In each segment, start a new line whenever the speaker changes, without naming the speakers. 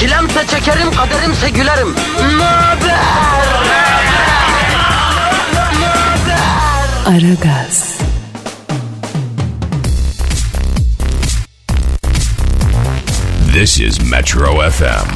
Çilemse çekerim, kaderimse gülerim. Möber!
Aragaz,
This is Metro FM.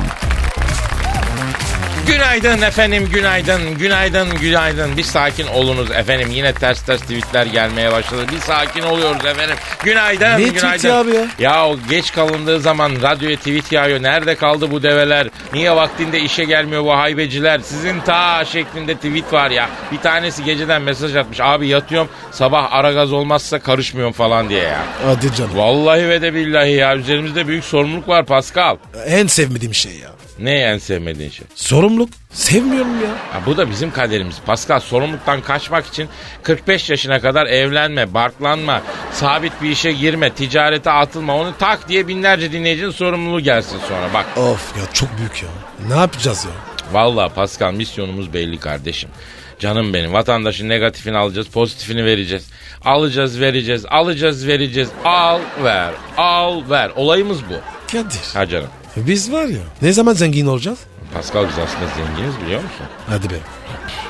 Günaydın efendim, günaydın, günaydın, günaydın. Bir sakin olunuz efendim. Yine ters ters tweetler gelmeye başladı. Bir sakin oluyoruz efendim. Günaydın,
Ne
günaydın.
tweeti abi ya?
Ya o geç kalındığı zaman radyoya tweet yağıyor. Nerede kaldı bu develer? Niye vaktinde işe gelmiyor bu haybeciler? Sizin ta şeklinde tweet var ya. Bir tanesi geceden mesaj atmış. Abi yatıyorum sabah ara gaz olmazsa karışmıyorum falan diye ya.
Hadi canım.
Vallahi ve de billahi ya. Üzerimizde büyük sorumluluk var Pascal.
En sevmediğim şey ya.
Ne en sevmediğin şey?
Sorumluluk. Sevmiyorum ya.
Ha, bu da bizim kaderimiz. Pascal sorumluluktan kaçmak için 45 yaşına kadar evlenme, barklanma, sabit bir işe girme, ticarete atılma. Onu tak diye binlerce dinleyicinin sorumluluğu gelsin sonra. Bak
Of ya çok büyük ya. Ne yapacağız ya?
Vallahi Pascal misyonumuz belli kardeşim. Canım benim vatandaşın negatifini alacağız pozitifini vereceğiz. Alacağız vereceğiz alacağız vereceğiz al ver al ver olayımız bu.
Kadir.
Ha canım
Biz var ya. Ne zaman zengin olacağız?
Pascal biz aslında zenginiz biliyor musun?
Hadi be.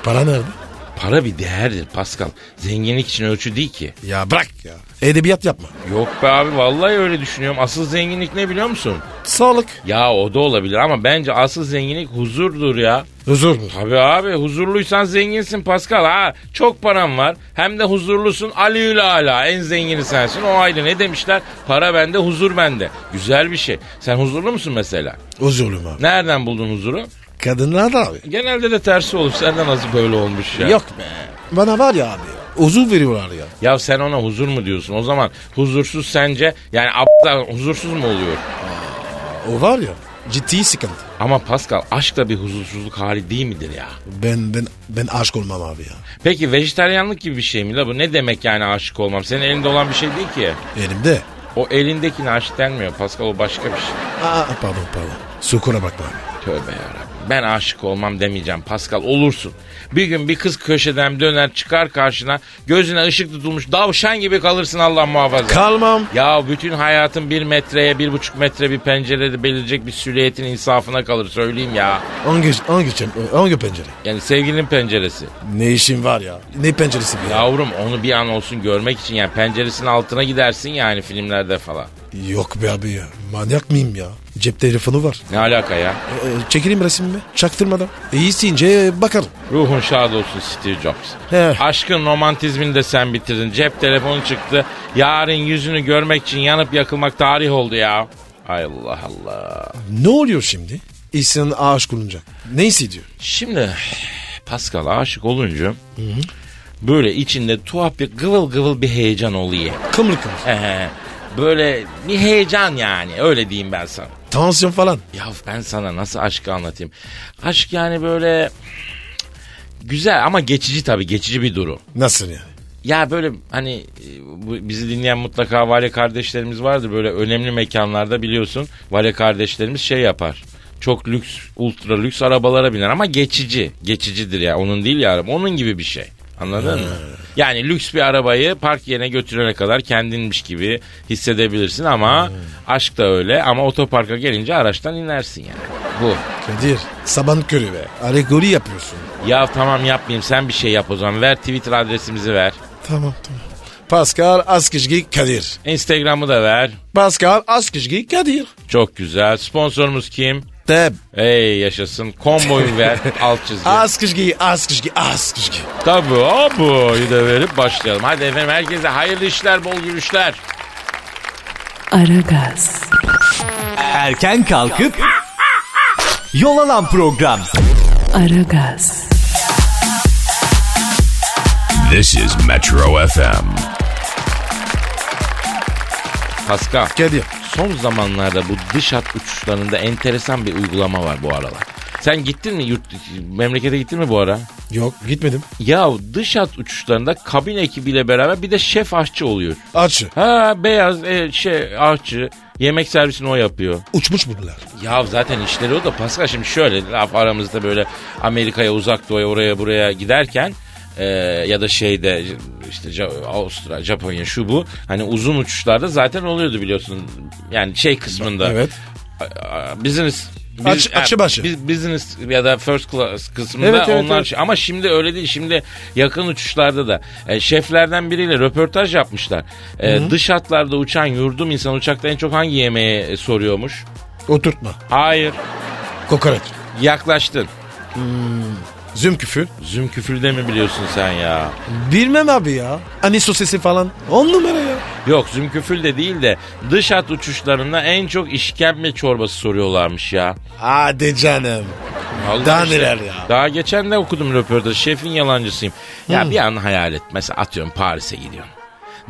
Para nerede?
Para bir değerdir Pascal. Zenginlik için ölçü değil ki.
Ya bırak ya. Edebiyat yapma.
Yok be abi vallahi öyle düşünüyorum. Asıl zenginlik ne biliyor musun?
Sağlık.
Ya o da olabilir ama bence asıl zenginlik huzurdur ya.
Huzur mu?
Tabii abi huzurluysan zenginsin Pascal ha. Çok param var hem de huzurlusun Aliül Ala en zengini sensin o ayrı ne demişler? Para bende huzur bende. Güzel bir şey. Sen huzurlu musun mesela?
Huzurluyum abi.
Nereden buldun huzuru?
Kadınlar da abi.
Genelde de tersi olur. Senden nasıl böyle olmuş ya?
Yok be. Bana var ya abi. Huzur veriyorlar ya.
Ya sen ona huzur mu diyorsun? O zaman huzursuz sence yani aptal huzursuz mu oluyor?
O var ya. Ciddi sıkıntı.
Ama Pascal aşk da bir huzursuzluk hali değil midir ya?
Ben ben ben aşk olmam abi ya.
Peki vejetaryenlik gibi bir şey mi la bu? Ne demek yani aşık olmam? Senin elinde olan bir şey değil ki.
Elimde.
O elindekine aşık denmiyor Pascal o başka bir
Aa
şey.
Ah, pardon pardon. Sukuna bakma abi.
Tövbe yarabbim. Ben aşık olmam demeyeceğim Pascal olursun. Bir gün bir kız köşeden döner çıkar karşına gözüne ışık tutulmuş davşan gibi kalırsın Allah muhafaza.
Kalmam.
ya bütün hayatın bir metreye bir buçuk metre bir pencerede belirecek bir süliyetin insafına kalır söyleyeyim ya.
Hangi, hangi, çem- hangi Ee, pencere?
Yani sevgilinin penceresi.
Ne işin var ya? Ne penceresi bu ya?
Yavrum onu bir an olsun görmek için yani penceresinin altına gidersin yani filmlerde falan.
Yok be abi ya. Manyak mıyım ya? Cep telefonu var.
Ne alaka ya?
E, e, çekileyim resmimi. Çaktırmadan. E, isteyince bakarım.
Ruhun şad olsun Steve Jobs.
He.
Aşkın romantizmini de sen bitirdin. Cep telefonu çıktı. Yarın yüzünü görmek için yanıp yakılmak tarih oldu ya. Ay Allah Allah.
Ne oluyor şimdi? İnsan aşık olunca. Ne hissediyor?
Şimdi Pascal aşık olunca böyle içinde tuhaf bir gıvıl gıvıl bir heyecan oluyor.
Kımır kımır.
Ehe. böyle bir heyecan yani öyle diyeyim ben sana.
Tansiyon falan.
Ya ben sana nasıl aşkı anlatayım? Aşk yani böyle güzel ama geçici tabii geçici bir durum.
Nasıl yani?
Ya böyle hani e, bu- bizi dinleyen mutlaka vale kardeşlerimiz vardır. Böyle önemli mekanlarda biliyorsun vale kardeşlerimiz şey yapar. Çok lüks, ultra lüks arabalara biner ama geçici. Geçicidir ya onun değil ya araba. Onun gibi bir şey. Anladın mı? Yani lüks bir arabayı park yerine götürene kadar kendinmiş gibi hissedebilirsin ama aşk da öyle ama otoparka gelince araçtan inersin yani. Bu.
Kadir. Saban körü be. Alegori yapıyorsun.
Ya tamam yapmayayım sen bir şey yap o zaman. Ver Twitter adresimizi ver.
Tamam tamam. Pascal Askizgi Kadir.
Instagram'ı da ver.
Pascal Askizgi Kadir.
Çok güzel. Sponsorumuz kim?
Teb.
Ey yaşasın. Komboyu ver alt çizgi.
Askizgi, Askizgi, Askizgi.
Tabii abuyu da verip başlayalım. Hadi efendim herkese hayırlı işler, bol gülüşler.
Aragaz,
Erken kalkıp yol alan program.
Aragaz,
This is Metro FM.
Pascal.
Kadir.
Son zamanlarda bu dış hat uçuşlarında enteresan bir uygulama var bu aralar. Sen gittin mi yurt memlekete gittin mi bu ara?
Yok gitmedim.
Ya dış hat uçuşlarında kabin ekibiyle beraber bir de şef aşçı oluyor.
Açı.
Ha beyaz e, şey aşçı yemek servisini o yapıyor.
Uçmuş bunlar.
Ya zaten işleri o da Pascal şimdi şöyle laf aramızda böyle Amerika'ya uzak doğuya oraya buraya giderken e, ya da şeyde işte Ja- Avustra, Japonya şu bu hani uzun uçuşlarda zaten oluyordu biliyorsun yani şey kısmında
Evet.
a- business biz-
Aç- açı başı.
biz- business ya da first class kısmında
Evet, evet,
onlar
evet.
şey- ama şimdi öyle değil. Şimdi yakın uçuşlarda da e, şeflerden biriyle röportaj yapmışlar. E, dış hatlarda uçan yurdum insan uçakta en çok hangi yemeği e, soruyormuş?
Oturtma.
Hayır.
Kokoreç.
Yaklaştın.
Züm küfür.
Zümküfül'de mi biliyorsun sen ya?
Bilmem abi ya. Aniso sesi falan. On numara ya.
Yok zümküfül de değil de dış hat uçuşlarında en çok işkembe çorbası soruyorlarmış ya.
Hadi canım.
Allah
Daha neler ya.
Daha geçen de okudum röportajı. Şefin yalancısıyım. Ya bir an hayal et. Mesela atıyorum Paris'e gidiyorum.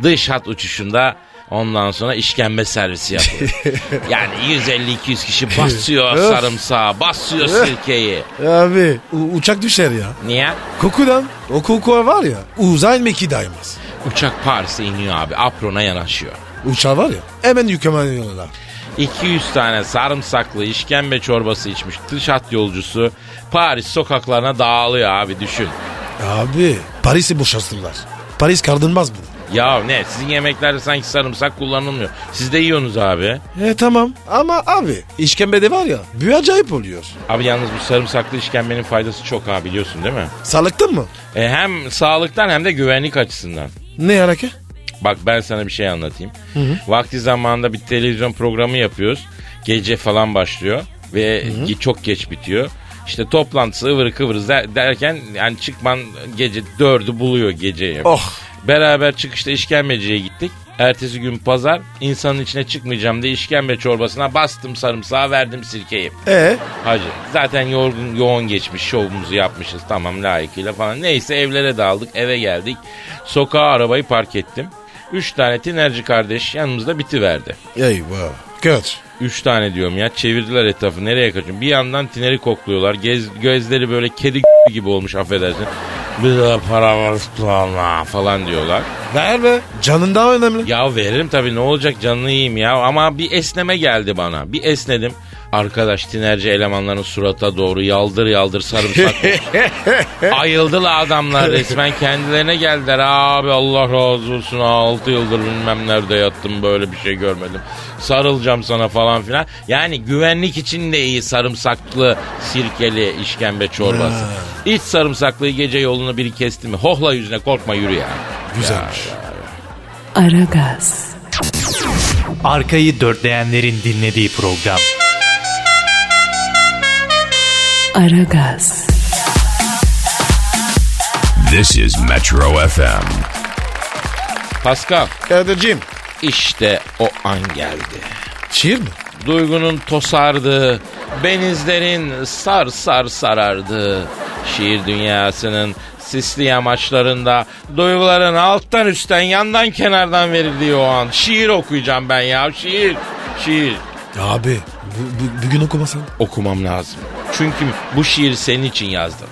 Dış hat uçuşunda ondan sonra işkembe servisi yapıyor. yani 150-200 kişi basıyor
Öf.
sarımsağı, basıyor sirkeyi.
Abi u- uçak düşer ya.
Niye?
Kokudan. O koku var ya. Uzay meki daymaz.
Uçak Paris'e iniyor abi. Aprona yanaşıyor.
Uçağı var ya. Hemen yükümleniyorlar.
200 tane sarımsaklı işkembe çorbası içmiş dış hat yolcusu Paris sokaklarına dağılıyor abi düşün.
Abi Paris'i boşaltırlar. Paris kaldırmaz bunu.
Ya ne sizin yemeklerde sanki sarımsak kullanılmıyor. Siz de yiyorsunuz abi.
E tamam ama abi işkembede var ya büyü acayip oluyor.
Abi yalnız bu sarımsaklı işkembenin faydası çok abi biliyorsun değil mi?
Sağlıktın mı?
E, hem sağlıktan hem de güvenlik açısından.
Ne hareket?
Bak ben sana bir şey anlatayım. Vakti zamanında bir televizyon programı yapıyoruz. Gece falan başlıyor ve ge- çok geç bitiyor. İşte toplantısı ıvır kıvır der- derken yani çıkman gece dördü buluyor geceyi.
Oh
Beraber çıkışta işkembeciye gittik. Ertesi gün pazar insanın içine çıkmayacağım diye işkembe çorbasına bastım sarımsağı verdim sirkeyi.
e
Hacı zaten yorgun yoğun geçmiş şovumuzu yapmışız tamam layıkıyla falan. Neyse evlere dağıldık eve geldik. Sokağa arabayı park ettim. Üç tane tinerci kardeş yanımızda bitiverdi.
eyvah kötü.
Üç tane diyorum ya çevirdiler etrafı nereye kaçın. Bir yandan tineri kokluyorlar. Gez, gözleri böyle kedi gibi olmuş affedersin. Bir de para var falan- falan diyorlar.
Ver be canın daha önemli.
Ya veririm tabii ne olacak canını yiyeyim ya. Ama bir esneme geldi bana. Bir esnedim. Arkadaş tinerci elemanların surata doğru yaldır yaldır sarımsak. Ayıldılar adamlar resmen kendilerine geldiler. Abi Allah razı olsun 6 yıldır bilmem nerede yattım böyle bir şey görmedim. Sarılacağım sana falan filan. Yani güvenlik için de iyi sarımsaklı sirkeli işkembe çorbası. İç sarımsaklı gece yolunu biri kesti mi? Hohla yüzüne korkma yürü ya.
Güzelmiş.
Aragaz,
Arkayı dörtleyenlerin dinlediği program.
Aragaz,
This is Metro FM.
Pascal.
Kadir'cim
İşte o an geldi.
şiir mi?
Duygunun tosardı, benizlerin sar sar sarardı. Şiir dünyasının sisli yamaçlarında duyguların alttan üstten yandan kenardan verildiği o an. Şiir okuyacağım ben ya şiir. Şiir
Abi bu, bu- bugün okumasan.
okumam lazım. Çünkü bu şiiri senin için yazdım.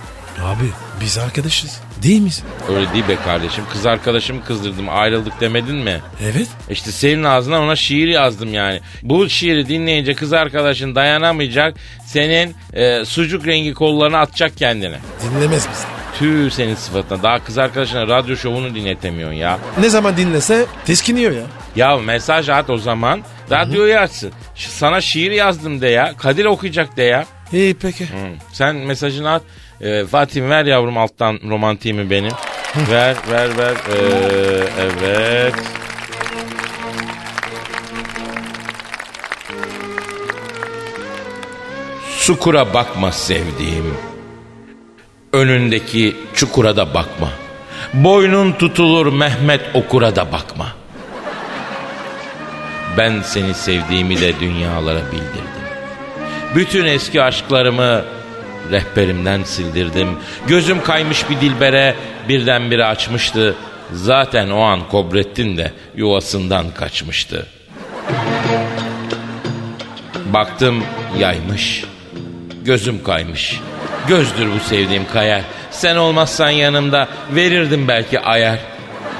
Abi biz arkadaşız değil miyiz?
Öyle değil be kardeşim. Kız arkadaşımı kızdırdım ayrıldık demedin mi?
Evet.
İşte senin ağzından ona şiir yazdım yani. Bu şiiri dinleyince kız arkadaşın dayanamayacak. Senin e, sucuk rengi kollarına atacak kendini.
Dinlemez misin?
Tüh senin sıfatına. Daha kız arkadaşına radyo şovunu dinletemiyorsun ya.
Ne zaman dinlese teskiniyor ya.
Ya mesaj at o zaman. Radyoyu açsın. Ş- Sana şiir yazdım de ya. Kadir okuyacak de ya.
İyi peki.
Hı. Hmm. Sen mesajını at. E, Fatih'im ver yavrum alttan romantiğimi benim. ver ver ver. Ee, evet. Sukura bakma sevdiğim. Önündeki çukura da bakma. Boynun tutulur Mehmet Okur'a da bakma. Ben seni sevdiğimi de dünyalara bildirdim. Bütün eski aşklarımı rehberimden sildirdim. Gözüm kaymış bir dilbere birdenbire açmıştı. Zaten o an Kobrettin de yuvasından kaçmıştı. Baktım yaymış. Gözüm kaymış. Gözdür bu sevdiğim kayar. Sen olmazsan yanımda verirdim belki ayar.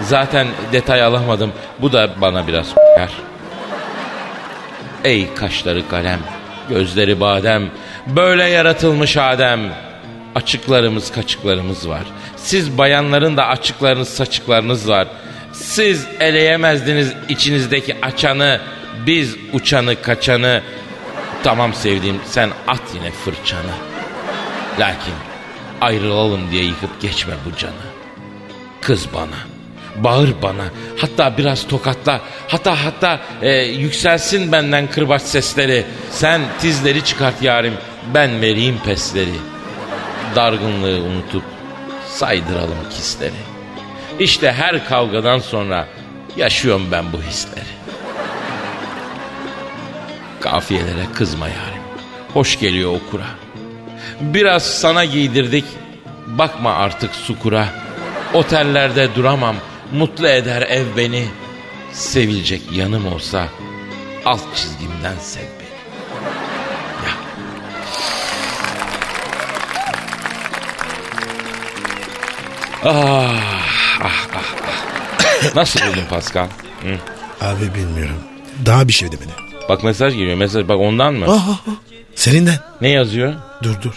Zaten detay alamadım. Bu da bana biraz kayar. Ey kaşları kalem, gözleri badem, böyle yaratılmış Adem. Açıklarımız kaçıklarımız var. Siz bayanların da açıklarınız saçıklarınız var. Siz eleyemezdiniz içinizdeki açanı, biz uçanı kaçanı. Tamam sevdiğim sen at yine fırçanı. Lakin ayrılalım diye yıkıp geçme bu canı. Kız bana. Bağır bana. Hatta biraz tokatla. Hatta hatta e, yükselsin benden kırbaç sesleri. Sen tizleri çıkart yarim. Ben vereyim pesleri. Dargınlığı unutup saydıralım hisleri. İşte her kavgadan sonra yaşıyorum ben bu hisleri. Kafiyelere kızma yarim. Hoş geliyor okura. Biraz sana giydirdik. Bakma artık sukura. Otellerde duramam. Mutlu eder ev beni. Sevilecek yanım olsa alt çizgimden sev beni. Ya. Ah, ah, ah, ah. Nasıl buldun Pascal?
Abi bilmiyorum. Daha bir şey demedi.
Bak mesaj geliyor mesaj. Bak ondan mı?
Aha. Serinden.
Ne yazıyor?
Ah, Dur dur.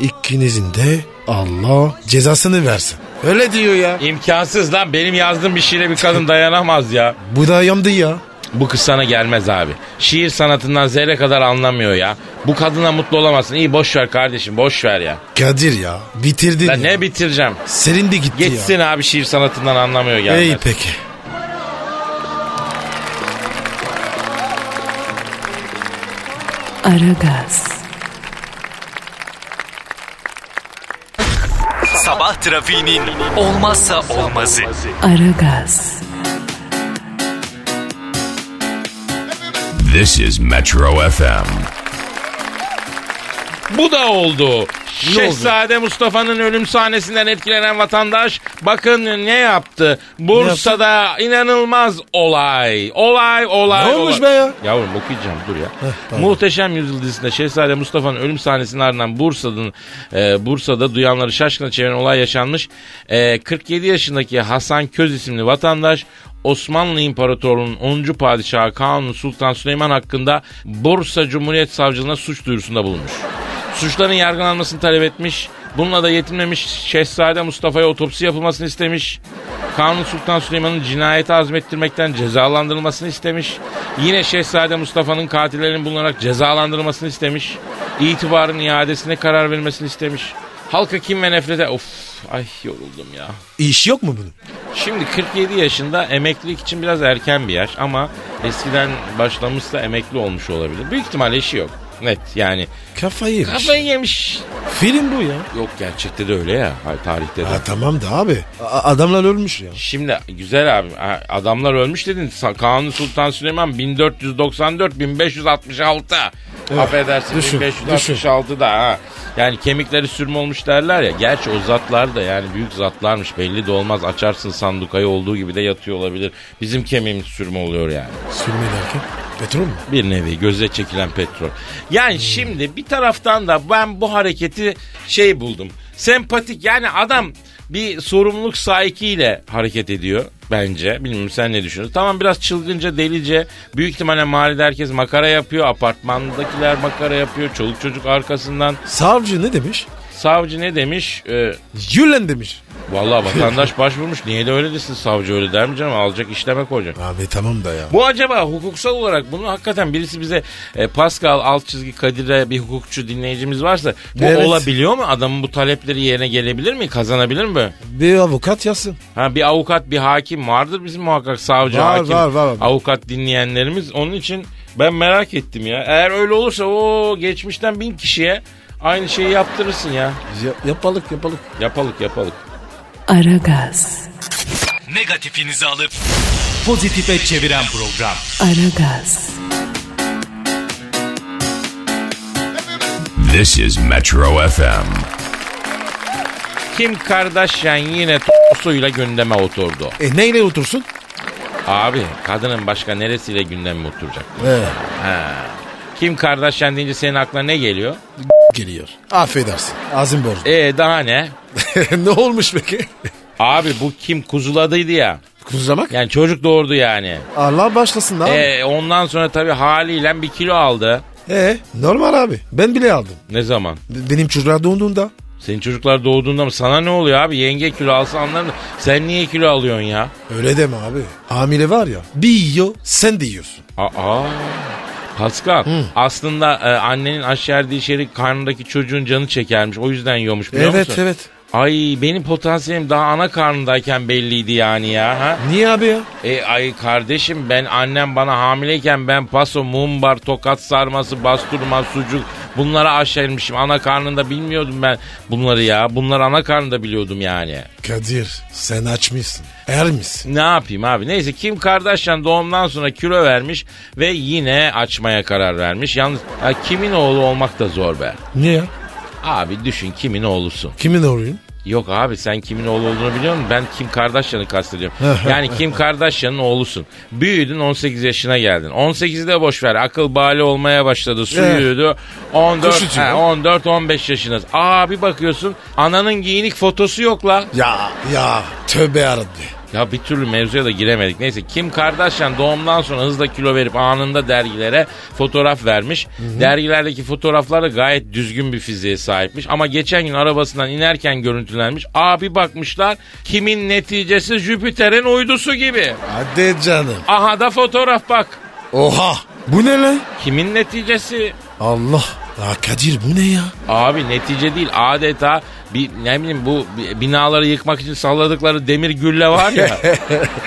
İkinizin de Allah cezasını versin. Öyle diyor ya.
İmkansız lan. Benim yazdığım bir şeyle bir kadın dayanamaz ya.
Bu da yandı ya.
Bu kız sana gelmez abi. Şiir sanatından zerre kadar anlamıyor ya. Bu kadına mutlu olamazsın. İyi boş ver kardeşim boş ver ya.
Kadir ya. Bitirdin
Ben
ya.
ne bitireceğim?
Serin de gitti
Geçsin abi şiir sanatından anlamıyor
ya.
gelmez.
İyi peki.
Aragaz,
Sabah trafiğinin olmazsa olmazı.
Aragaz,
This is Metro FM.
Bu da oldu. Şehzade Mustafa'nın ölüm sahnesinden etkilenen vatandaş bakın ne yaptı. Bursa'da inanılmaz olay. Olay olay.
Ne olmuş
olay.
be ya?
Yavrum okuyacağım dur ya. Muhteşem Yüzyıl dizisinde Şehzade Mustafa'nın ölüm sahnesinin ardından Bursa'nın e, Bursa'da duyanları şaşkına çeviren olay yaşanmış. E, 47 yaşındaki Hasan Köz isimli vatandaş Osmanlı İmparatorluğu'nun 10. padişahı Kanuni Sultan Süleyman hakkında Bursa Cumhuriyet Savcılığına suç duyurusunda bulunmuş. Suçların yargılanmasını talep etmiş. Bununla da yetinmemiş Şehzade Mustafa'ya otopsi yapılmasını istemiş. Kanuni Sultan Süleyman'ın cinayeti azmettirmekten cezalandırılmasını istemiş. Yine Şehzade Mustafa'nın katillerinin bulunarak cezalandırılmasını istemiş. İtibarın iadesine karar verilmesini istemiş. Halka kim ve nefrete... Of ay yoruldum ya.
İş yok mu bunun?
Şimdi 47 yaşında emeklilik için biraz erken bir yaş ama eskiden başlamışsa emekli olmuş olabilir. Büyük ihtimalle işi yok. Net yani.
Kafayı yemiş.
Kafayı yemiş.
Film bu ya.
Yok gerçekte de öyle ya. Hayır, tarihte de.
Ha, tamam da abi. A- adamlar ölmüş ya.
Şimdi güzel abi a- adamlar ölmüş dedin. Sa- Kanuni Sultan Süleyman 1494-1566. Affedersin
düşün,
1566 da ha. Yani kemikleri sürme olmuş derler ya. Gerçi o zatlar da yani büyük zatlarmış belli de olmaz. Açarsın sandukayı olduğu gibi de yatıyor olabilir. Bizim kemiğimiz sürme oluyor yani.
Sürme derken. Petrol mü?
Bir nevi göze çekilen petrol. Yani şimdi bir taraftan da ben bu hareketi şey buldum. Sempatik yani adam bir sorumluluk sahikiyle hareket ediyor bence. Bilmiyorum sen ne düşünüyorsun? Tamam biraz çılgınca delice büyük ihtimalle mahallede herkes makara yapıyor. Apartmandakiler makara yapıyor. Çoluk çocuk arkasından.
Savcı ne demiş?
Savcı ne demiş? Ee,
Yürülen demiş.
Vallahi vatandaş başvurmuş. Niye de öyle desin savcı öyle der mi canım? Alacak işleme koyacak.
Abi tamam da ya.
Bu acaba hukuksal olarak bunu hakikaten birisi bize e, Pascal alt çizgi Kadir'e bir hukukçu dinleyicimiz varsa bu
Evet.
olabiliyor mu? Adamın bu talepleri yerine gelebilir mi? Kazanabilir mi?
Bir avukat yazsın.
Ha bir avukat, bir hakim vardır bizim muhakkak savcı,
Var,
hakim,
var, var abi.
avukat dinleyenlerimiz. Onun için ben merak ettim ya. Eğer öyle olursa o geçmişten bin kişiye aynı şeyi yaptırırsın ya.
Ya- yapalık yapalık.
Yapalık yapalık.
Aragaz,
Negatifinizi alıp pozitife çeviren program.
Aragaz,
This is Metro FM.
Kim Kardashian yine t***suyla gündeme oturdu.
E neyle otursun?
Abi kadının başka neresiyle gündeme oturacak?
Ee,
Kim Kardashian deyince senin aklına ne geliyor?
geliyor. Affedersin. Azim borcu.
E daha ne? E-
ne olmuş peki?
Abi bu kim kuzuladıydı ya.
Kuzlamak.
Yani çocuk doğurdu yani.
Allah başlasın abi. Ee,
E ondan sonra tabii haliyle bir kilo aldı.
E, normal abi. Ben bile aldım.
Ne zaman?
B- Benim çocuklar doğduğunda.
Senin çocuklar doğduğunda mı? Sana ne oluyor abi? Yenge kilo alsa anlarım. da Sen niye kilo alıyorsun ya?
Öyle deme abi. Hamile var ya. Bir yiyor sen de yiyorsun.
Aa. Pascal aslında e, annenin aşerdiği şeri karnındaki çocuğun canı çekermiş. O yüzden yiyormuş biliyor
evet
musun?
evet.
Ay benim potansiyelim daha ana karnındayken belliydi yani ya. Ha?
Niye abi ya?
E ay kardeşim ben annem bana hamileyken ben paso, mumbar, tokat sarması, basturma, sucuk bunlara aşermişim. Ana karnında bilmiyordum ben bunları ya. Bunları ana karnında biliyordum yani.
Kadir sen açmışsın. Er misin?
Ne yapayım abi? Neyse Kim Kardashian doğumdan sonra kilo vermiş ve yine açmaya karar vermiş. Yalnız ha, kimin oğlu olmak da zor be.
Niye ya?
Abi düşün kimin oğlusun.
Kimin oğluyum?
Yok abi sen kimin oğlu olduğunu biliyor musun? Ben Kim Kardashian'ı kastediyorum. yani Kim Kardashian'ın oğlusun. Büyüdün 18 yaşına geldin. 18'de boş ver. Akıl bali olmaya başladı. Su
Evet.
yürüdü. 14
Kuş uçuyor.
he, 14 15 yaşınız. Aa bir bakıyorsun ananın giyinik fotosu yok la.
Ya ya tövbe yarabbim.
Ya bir türlü mevzuya da giremedik. Neyse Kim Kardashian doğumdan sonra hızla kilo verip anında dergilere fotoğraf vermiş. Dergilerdeki fotoğraflar da gayet düzgün bir fiziğe sahipmiş. Ama geçen gün arabasından inerken görüntülenmiş. Abi bakmışlar kimin neticesi Jüpiter'in uydusu gibi.
Hadi canım.
Aha da fotoğraf bak.
Oha. Bu ne lan?
Kimin neticesi?
Allah. Ya Kadir bu ne ya?
Abi netice değil adeta bir ne bileyim bu bi- binaları yıkmak için salladıkları demir gülle var ya.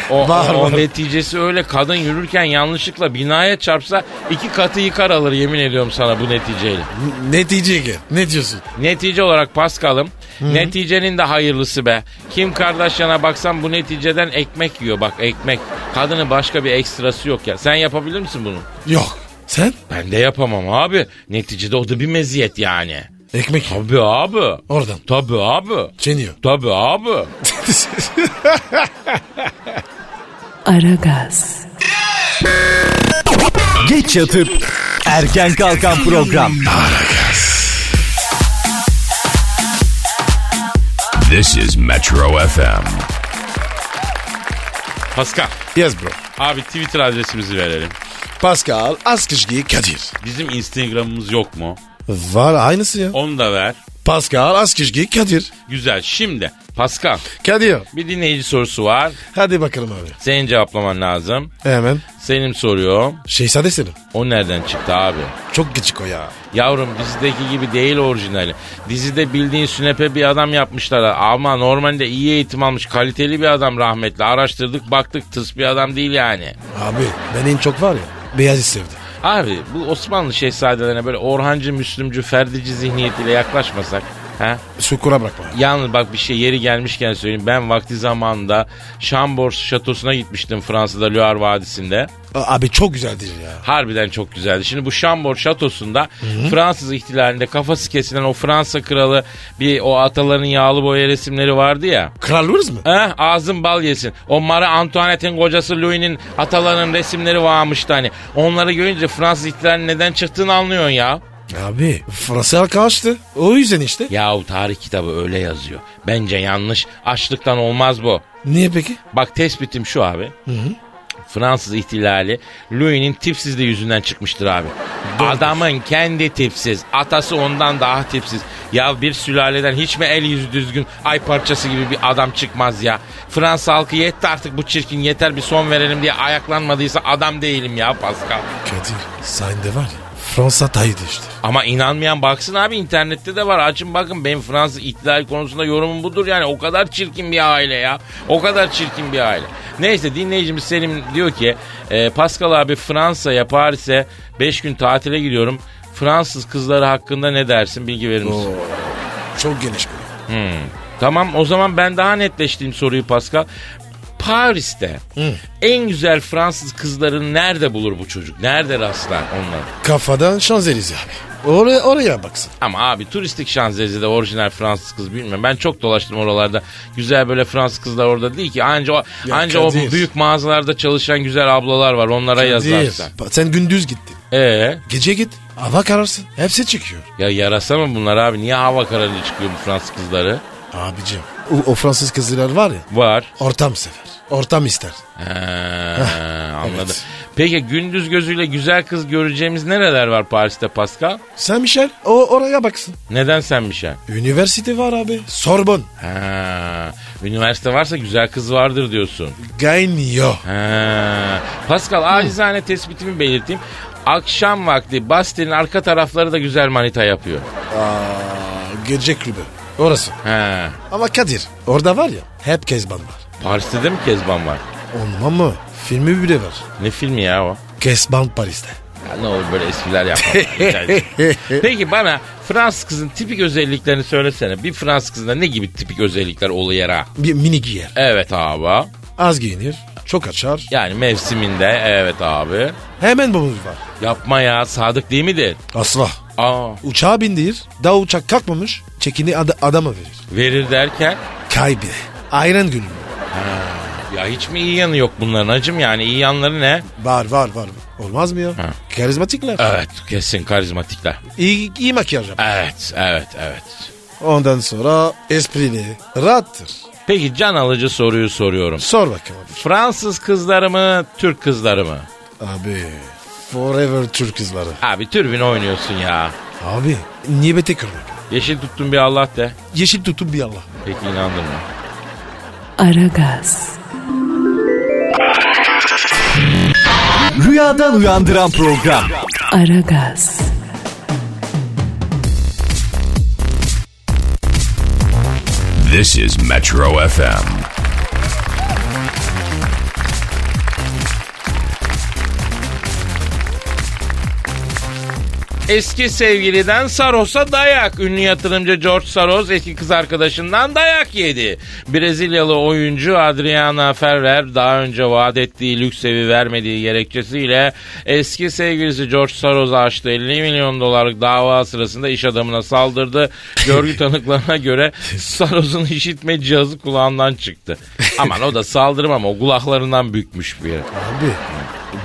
o,
Var,
o- o
var.
neticesi öyle kadın yürürken yanlışlıkla binaya çarpsa iki katı yıkar alır yemin ediyorum sana bu neticeyle.
N- Netice gel. Ne diyorsun?
Netice olarak Paskal'ım neticenin de hayırlısı be. Kim Kardashian'a baksan bu neticeden ekmek yiyor bak ekmek. Kadının başka bir ekstrası yok ya. Sen yapabilir misin bunu?
Yok. Sen?
Ben de yapamam abi. Neticede o da bir meziyet yani.
Ekmek yap.
Tabii abi.
Oradan.
Tabii abi.
Çeniyor.
Tabii abi.
Aragaz,
Geç yatıp erken kalkan program.
This is Metro FM.
Pascal.
yes bro.
Abi Twitter adresimizi verelim.
Pascal Askışgi Kadir.
Bizim Instagram'ımız yok mu?
Var aynısı ya.
Onu da ver.
Pascal Askışgi Kadir.
Güzel. Şimdi Pascal
Kadir.
bir dinleyici sorusu var.
Hadi bakalım abi.
Senin cevaplaman lazım.
Hemen.
Selim soruyor.
Şehzade Selim.
O nereden çıktı abi?
Çok gıcık o ya.
Yavrum dizideki gibi değil orijinali. Dizide bildiğin sünepe bir adam yapmışlar ama normalde iyi eğitim almış kaliteli bir adam rahmetli. Araştırdık baktık tıs bir adam değil yani.
Abi ben en çok var ya. Beyazı sevdim.
Abi bu Osmanlı şehzadelerine böyle Orhancı, Müslümcü, Ferdici zihniyetiyle yaklaşmasak. Ha?
Sukura bırakma.
Yalnız bak bir şey yeri gelmişken söyleyeyim. Ben vakti zamanında Chambord şatosuna gitmiştim Fransa'da Loire Vadisi'nde.
A- Abi çok güzeldir ya.
Harbiden çok güzeldi. Şimdi bu Chambord şatosunda Fransız ihtilalinde kafası kesilen o Fransa kralı bir o ataların yağlı boya resimleri vardı ya.
Kral Louis mı?
Eh, ağzın bal yesin. O Marie Antoinette'in kocası Louis'nin atalarının resimleri varmıştı hani. Onları görünce Fransız ihtilalinin neden çıktığını anlıyorsun ya.
Abi Fransa halka açtı. O yüzden işte.
Yahu tarih kitabı öyle yazıyor. Bence yanlış. Açlıktan olmaz bu.
Niye peki?
Bak tespitim şu abi. Fransız ihtilali Louis'nin tipsizliği yüzünden çıkmıştır abi. Adamın kendi tipsiz. Atası ondan daha tipsiz. Ya bir sülaleden hiç mi el yüzü düzgün ay parçası gibi bir adam çıkmaz ya. Fransa halkı yetti artık bu çirkin yeter bir son verelim diye ayaklanmadıysa adam değilim ya Pascal.
Kadir sen de var ya. Fransa taydı işte.
Ama inanmayan baksın abi internette de var. Açın bakın benim Fransız ihtilal konusunda yorumum budur. Yani o kadar çirkin bir aile ya. O kadar çirkin bir aile. Neyse dinleyicimiz Selim diyor ki e, Pascal abi Fransa'ya Paris'e 5 gün tatile gidiyorum. Fransız kızları hakkında ne dersin bilgi verir misin?
Çok geniş bir.
Tamam o zaman ben daha netleştireyim soruyu Pascal. Paris'te en güzel Fransız kızlarını nerede bulur bu çocuk? Nerede rastlar onlara?
Kafadan Şanzelize abi. Oraya, oraya baksın.
Ama abi turistik Şanzelize'de orijinal Fransız kız bilmiyorum. Ben çok dolaştım oralarda. Güzel böyle Fransız kızlar orada değil ki. Anca o,
Ya
anca o
Kadir.
büyük mağazalarda çalışan güzel ablalar var. Onlara yazarsan.
Kadir, Sen gündüz gittin.
Ee,
Gece git. Hava kararsın. Hepsi çıkıyor.
Ya yarasa mı bunlar abi? Niye hava kararlı çıkıyor bu Fransız kızları?
Abicim o, o Fransız kızlar var ya
Var.
ortam sever. Ortam ister.
He, anladım. Peki gündüz gözüyle güzel kız göreceğimiz nereler var Paris'te Pascal?
Sen Michel o oraya baksın.
Neden sen bir şey?
Üniversite var abi. Sorbon.
Ha, üniversite varsa güzel kız vardır diyorsun.
Gaynio.
Ha. Pascal acizane tespitimi belirteyim. Akşam vakti Bastil'in arka tarafları da güzel manita yapıyor.
Aa, gece kulübü. Orası.
Ha.
Ama Kadir orada var ya hep Kezban var.
Paris'te de mi Kezban var?
Olmam mı? Filmi bile var.
Ne filmi ya o?
Kezban Paris'te.
Ya ne olur böyle espriler yapma. Peki bana Fransız kızın tipik özelliklerini söylesene. Bir Fransız kızında ne gibi tipik özellikler oluyor ha?
Bir mini giyer.
Evet abi.
Az giyinir. Çok açar.
Yani mevsiminde evet abi.
Hemen babamız var.
Yapma ya sadık değil midir?
Asla.
Aa
Uçağa bindirir. Daha uçak kalkmamış. Çekini ad- adama verir.
verir derken
Kaybı. Ayran gülü.
ya hiç mi iyi yanı yok bunların acım yani iyi yanları ne?
Var var var. Olmaz mı ya?
Ha.
Karizmatikler.
Evet kesin karizmatikler.
İyi, iyi makyaj yapar.
Evet evet evet.
Ondan sonra esprili. Rahattır.
Peki can alıcı soruyu soruyorum.
Sor bakalım.
Fransız kızları mı Türk kızları mı?
Abi. Forever Türk kızları.
Abi türbin oynuyorsun ya.
Abi. Niyebete kırmak.
Yeşil tuttun bir Allah de.
Yeşil tutun bir Allah.
Peki inandırma.
Aragaz,
Rüyadan uyandıran program.
Aragaz,
This is Metro FM.
Eski sevgiliden Saros'a dayak. Ünlü yatırımcı George Saros eski kız arkadaşından dayak yedi. Brezilyalı oyuncu Adriana Ferrer daha önce vaat ettiği lüks evi vermediği gerekçesiyle eski sevgilisi George Saros'a açtığı 50 milyon dolarlık dava sırasında iş adamına saldırdı. Görgü tanıklarına göre Saros'un işitme cihazı kulağından çıktı. Aman o da saldırım ama o kulaklarından bükmüş bir yere.
Abi.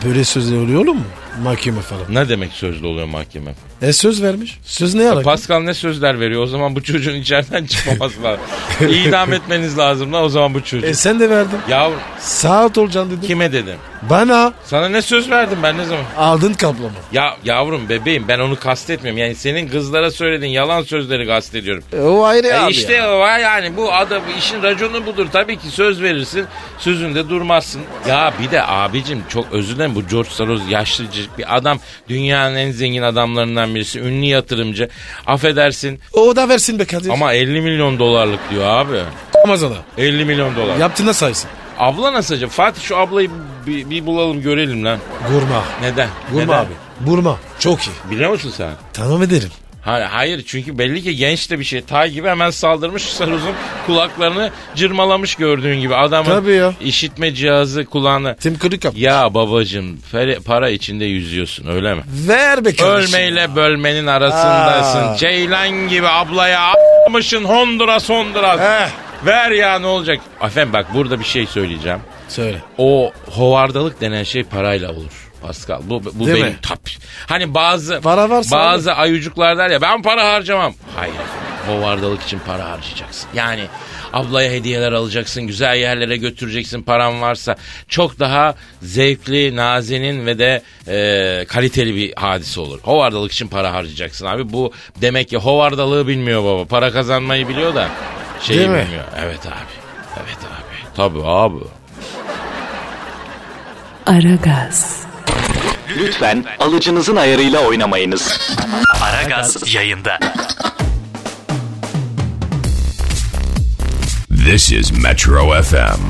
Böyle sözler oluyor mu? Mahkeme falan.
Ne demek sözlü oluyor mahkeme?
E söz vermiş. Söz ne alaka?
Pascal ne sözler veriyor? O zaman bu çocuğun içeriden çıkmaması lazım. İdam etmeniz lazım lan o zaman bu çocuğu.
E sen de verdin.
Yavrum
Saat olacaksın dedim.
kime dedim?
Bana
Sana ne söz verdim ben ne zaman?
aldın kablonu.
Ya yavrum bebeğim ben onu kastetmiyorum. Yani senin kızlara söylediğin yalan sözleri kastediyorum.
E, o ayrı
E
abi
işte
ya.
o var yani bu adam işin raconu budur. Tabii ki söz verirsin sözünde durmazsın. Ya bir de abicim çok özür dilerim bu George Soros yaşlıcık bir adam. Dünyanın en zengin adamlarından birisi. Ünlü yatırımcı. Affedersin
O da versin be Kadir.
ama 50 milyon dolarlık diyor abi.
Ramazan'a.
50 milyon dolar.
Yaptığına saysın.
Abla nasıl acaba? Fatih şu ablayı bir, bir bulalım görelim lan.
Gurma.
Neden?
Gurma
Neden?
abi. Burma. Çok iyi.
Biliyor musun sen?
Tamam ederim.
Hayır, hayır çünkü belli ki genç de bir şey. Tay gibi hemen saldırmış saruzun kulaklarını cırmalamış gördüğün gibi. Adamın
Tabii ya.
işitme cihazı kulağını.
Tim Kırık yap.
Ya babacım fere- para içinde yüzüyorsun öyle mi?
Ver be kardeşim.
Ölmeyle bölmenin arasındasın.
Aa.
Ceylan gibi ablaya a**mışın Honduras Honduras.
Eh.
Ver ya ne olacak? Efendim bak burada bir şey söyleyeceğim.
Söyle.
O hovardalık denen şey parayla olur. Pascal bu bu
Değil
benim
mi?
tap. Hani bazı
Para varsa
bazı ayucuklar der ya ben para harcamam. Hayır. Hovardalık için para harcayacaksın. Yani ablaya hediyeler alacaksın, güzel yerlere götüreceksin paran varsa. Çok daha zevkli, nazenin ve de e, kaliteli bir hadise olur. Hovardalık için para harcayacaksın abi. Bu demek ki hovardalığı bilmiyor baba. Para kazanmayı biliyor da şeyi
Değil mi?
bilmiyor. Evet abi. Evet abi. Tabii abi.
Aragaz,
Lütfen alıcınızın ayarıyla oynamayınız. Aragaz yayında.
This is Metro FM.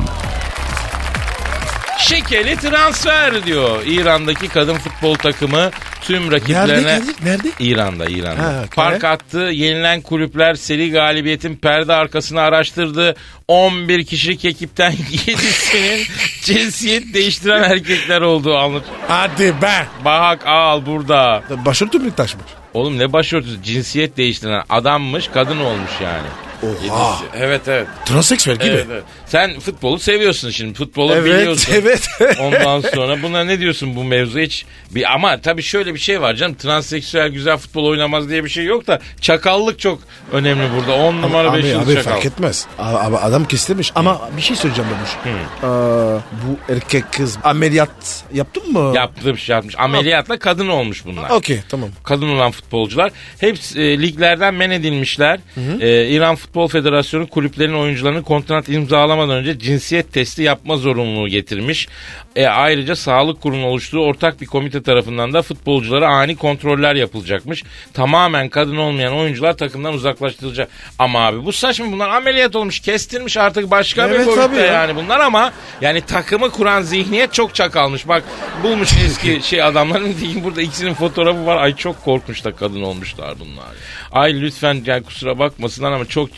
Şekeli transfer diyor. İran'daki kadın futbol takımı tüm
Nerede
rakiplerine...
Kadir? Nerede?
İran'da, İran'da.
Ha, kare.
Park attı, yenilen kulüpler seri galibiyetin perde arkasını araştırdı. 11 kişilik ekipten 7'sinin cinsiyet değiştiren erkekler olduğu anlat.
Hadi be.
Bahak al burada.
Başörtü mü taşmış?
Oğlum ne başörtüsü cinsiyet değiştiren adammış kadın olmuş yani. Yedisi. Evet evet.
Transseksüel gibi.
Evet, evet. Sen futbolu seviyorsun şimdi. Futbolu
Evet,
biliyorsun.
evet.
Ondan sonra buna ne diyorsun bu mevzu hiç? Bir, ama tabii şöyle bir şey var canım. Transseksüel güzel futbol oynamaz diye bir şey yok da çakallık çok önemli burada. 10 numara 5
Abi,
yıl
abi
çakal.
fark etmez. A- Abi, adam kestirmiş. Ama bir şey söyleyeceğim Babuş. Aa, bu erkek kız ameliyat yaptın mı?
Yaptım şey yapmış. Ameliyatla kadın olmuş bunlar.
Okey tamam.
kadın olan futbolcular hepsi e, liglerden men edilmişler. E, İran Futbol Federasyonu kulüplerin oyuncularını kontrat imzalamadan önce cinsiyet testi yapma zorunluluğu getirmiş. E, ayrıca sağlık kurumunun oluşturduğu ortak bir komite tarafından da futbolculara ani kontroller yapılacakmış. Tamamen kadın olmayan oyuncular takımdan uzaklaştırılacak. Ama abi bu saçma bunlar ameliyat olmuş kestirmiş artık başka bir
Evet,
boyutta
tabii ya.
yani bunlar ama yani takımı kuran zihniyet çok çakalmış. Bak bulmuş eski şey adamların diyeyim burada ikisinin fotoğrafı var. Ay çok korkmuş da kadın olmuşlar bunlar. Ay lütfen yani kusura bakmasınlar ama çok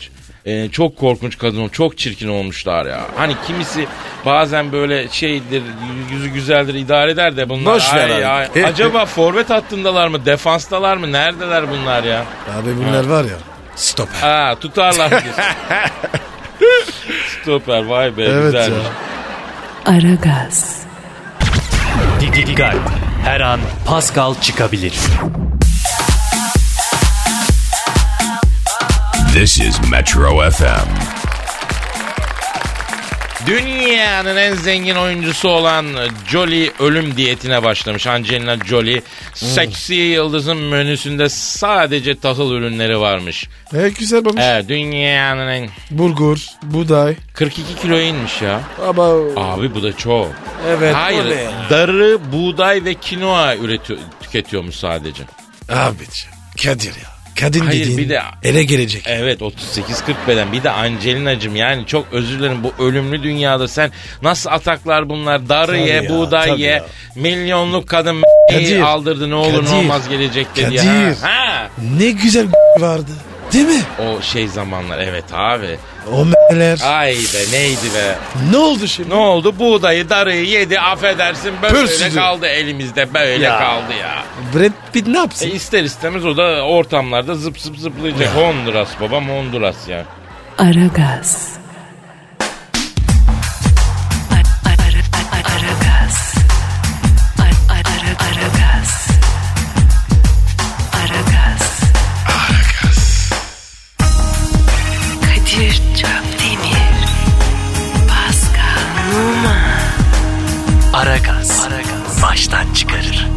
e, çok korkunç kadın ol- çok çirkin olmuşlar ya. Hani kimisi bazen böyle şeydir yüzü güzeldir idare eder de bunlar.
Boş ver abi.
ay, ay, acaba forvet hattındalar mı defanstalar mı neredeler bunlar ya?
Abi bunlar var ya. Stop.
Aa tutarlar diyorsun. Stoper vay be
Evet
güzelmiş.
ya.
Aragaz,
Didi Gal. Her an Pascal çıkabilir.
This is Metro FM.
Dünyanın en zengin oyuncusu olan Jolie ölüm diyetine başlamış. Angelina Jolie seksi yıldızın menüsünde sadece tahıl ürünleri varmış.
E, güzel Babuş.
Evet dünyanın en
Bulgur, buğday.
42 kilo inmiş ya.
Ama
Abi bu da çok.
evet. o
Hayır
ne?
darı, buğday ve kinoa üretiyor, tüketiyormuş sadece.
Abi Kadir ya. Kadın
Hayır,
dediğin
bir de-
ele gelecek.
Evet 38-40 beden bir de Angelina'cım yani çok özür dilerim bu ölümlü dünyada sen nasıl ataklar bunlar darı
Tabii
ye
ya,
buğday
tabii
ye
ya.
milyonluk kadın
Kadir,
aldırdı ne olur
Kadir,
ne olmaz gelecek dedi
Kadir.
Ha, ha.
Ne güzel vardı. Değil mi?
O şey zamanlar evet abi.
O m***ler.
Ay be neydi be.
Ne oldu şimdi?
Ne oldu buğdayı darıyı yedi affedersin böyle
Pürsüzü.
kaldı elimizde böyle
Ya.
kaldı ya.
Brad Pitt ne yapsın?
E ister istemez o da ortamlarda zıp zıp zıplayacak. Honduras babam Honduras ya.
Aragaz. Ara- ara- ara- Aragaz. Ara- ara- Aragaz. Aragaz. Kadir Çöptemir. Pascal Numa.
Aragaz. Baştan çıkarır.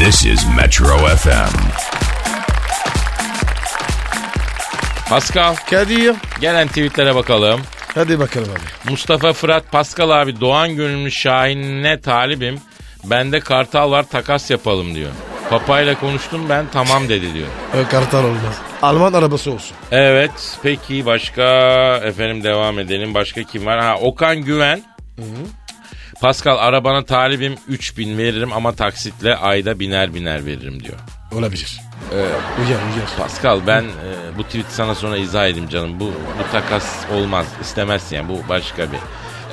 This is Metro FM.
Pascal
Kadir.
gelen tweetlere bakalım.
Hadi bakalım abi.
Mustafa Fırat Pascal abi Doğan Gönüllü Şahin'e talibim. Bende kartal var takas yapalım diyor. Papayla konuştum ben tamam dedi diyor.
Ö, Kartal olmaz. Alman arabası olsun.
Evet peki başka efendim devam edelim. Başka kim var? Ha Okan Güven. Pascal arabana talibim 3000 veririm ama taksitle ayda biner biner veririm diyor.
Olabilir. Ee, uyar uyar.
Pascal ben e, bu tweet sana sonra izah edeyim canım. Bu, bu takas olmaz. istemezsin yani. Bu başka bir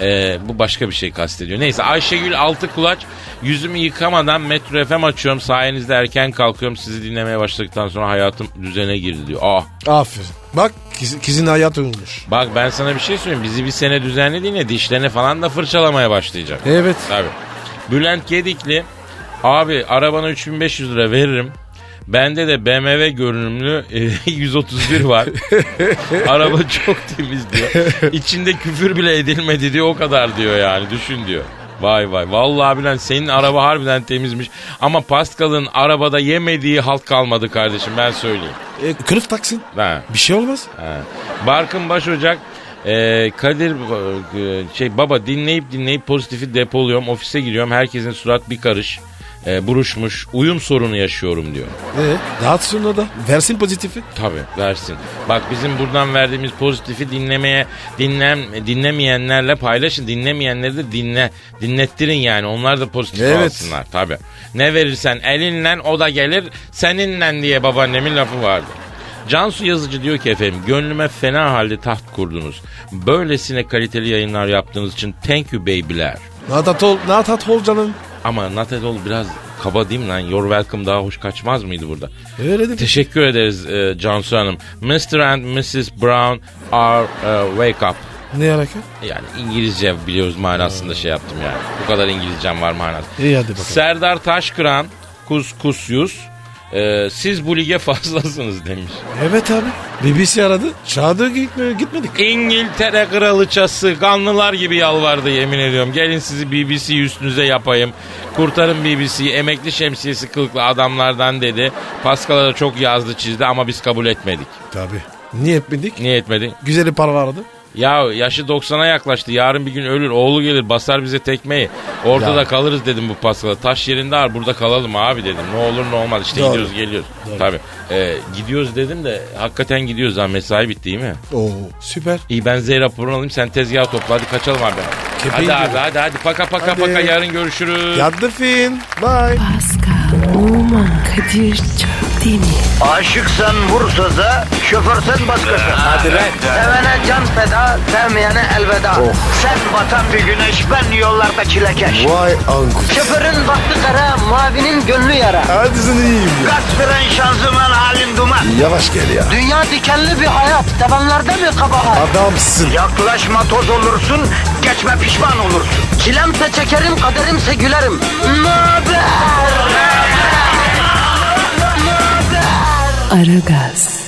e, bu başka bir şey kastediyor. Neyse Ayşegül altı kulaç yüzümü yıkamadan Metro FM açıyorum. Sayenizde erken kalkıyorum. Sizi dinlemeye başladıktan sonra hayatım düzene girdi diyor. Ah
Aferin. Bak kız- kızın hayat olmuş.
bak ben sana bir şey söyleyeyim. Bizi bir sene düzenlediğine dişlerini falan da fırçalamaya başlayacak.
Evet.
Tabii. Bülent Gedikli abi arabana 3500 lira veririm. Bende de BMW görünümlü e, 131 var. Araba çok temiz diyor. İçinde küfür bile edilmedi diyor o kadar diyor yani düşün diyor. Vay vay vallahi Bülent senin araba harbiden temizmiş. Ama Pascal'ın arabada yemediği halt kalmadı kardeşim ben söyleyeyim.
E, kılıf taksın.
Ha.
Bir şey olmaz.
Ha. Barkın Başocak e, Kadir e, şey baba dinleyip dinleyip pozitifi depoluyorum. Ofise giriyorum. Herkesin surat bir karış. e, buruşmuş. Uyum sorunu yaşıyorum diyor.
E, dağıtsın o da. Versin pozitifi.
Tabii versin. Bak bizim buradan verdiğimiz pozitifi dinlemeye dinlem dinlemeyenlerle paylaşın. Dinlemeyenleri de dinle dinlettirin yani. Onlar da pozitif
Evet.
alsınlar tabii. Ne verirsen elinle o da gelir seninle diye babaannemin lafı vardı. Cansu Yazıcı diyor ki efendim gönlüme fena halde taht kurdunuz. Böylesine kaliteli yayınlar yaptığınız için thank you babyler.
Natat ol, natat ol canım.
Ama Natadol biraz kaba değil mi lan? Your welcome daha hoş kaçmaz mıydı burada?
Öyle değil mi?
Teşekkür ederiz e, Cansu Hanım. Mr. and Mrs. Brown are e, wake up.
Ne alaka?
Yani İngilizce biliyoruz manasında şey yaptım yani. Bu kadar İngilizcem var manasında.
İyi hadi bakalım.
Serdar Taşkıran, Kuskusyus, e, siz bu lige fazlasınız demiş.
Evet abi. BBC aradı. Çağdı gitme, gitmedik.
İngiltere kraliçası kanlılar gibi yalvardı yemin ediyorum. Gelin sizi BBC üstünüze yapayım. Kurtarın BBC'yi emekli şemsiyesi kılıklı adamlardan dedi. Paskal'a da çok yazdı çizdi ama biz kabul etmedik.
Tabii. Niye etmedik?
Niye etmedi?
Güzeli para vardı.
Ya yaşı 90'a yaklaştı. Yarın bir gün ölür. Oğlu gelir basar bize tekmeyi. Ortada
Ya.
kalırız dedim bu Paskal'a. Taş yerinde ağır burada kalalım abi dedim. Ne olur ne olmaz işte
Doğru.
gidiyoruz geliyoruz. Tabii. Ee, gidiyoruz dedim de hakikaten gidiyoruz ha mesai bitti değil mi?
Oo süper.
İyi ben Z raporunu alayım sen tezgahı topla hadi kaçalım abi.
Kepeği
hadi abi
diyorum.
hadi hadi paka paka
Hadi.
paka yarın görüşürüz.
Yattı fin. Bye.
Pascal, Oman, Kadir çok değil mi?
Aşıksan vursa da, şoförsen başkasın. Hadi
lan. Oh.
Sevene can feda, sevmeyene elveda. Sen batan bir güneş, ben yollarda çilekeş.
Vay anku.
Şoförün baktı kara, mavinin gönlü yara.
Hadi sen iyiyim ya.
Kasperen şanzıman halin duman.
Yavaş gel ya.
Dünya dikenli bir hayat, sevenlerde mi kabahar?
Adamsın.
Yaklaşma toz olursun, geçme pişman olursun. Çilemse çekerim, kaderimse gülerim. Möber!
Aragaz.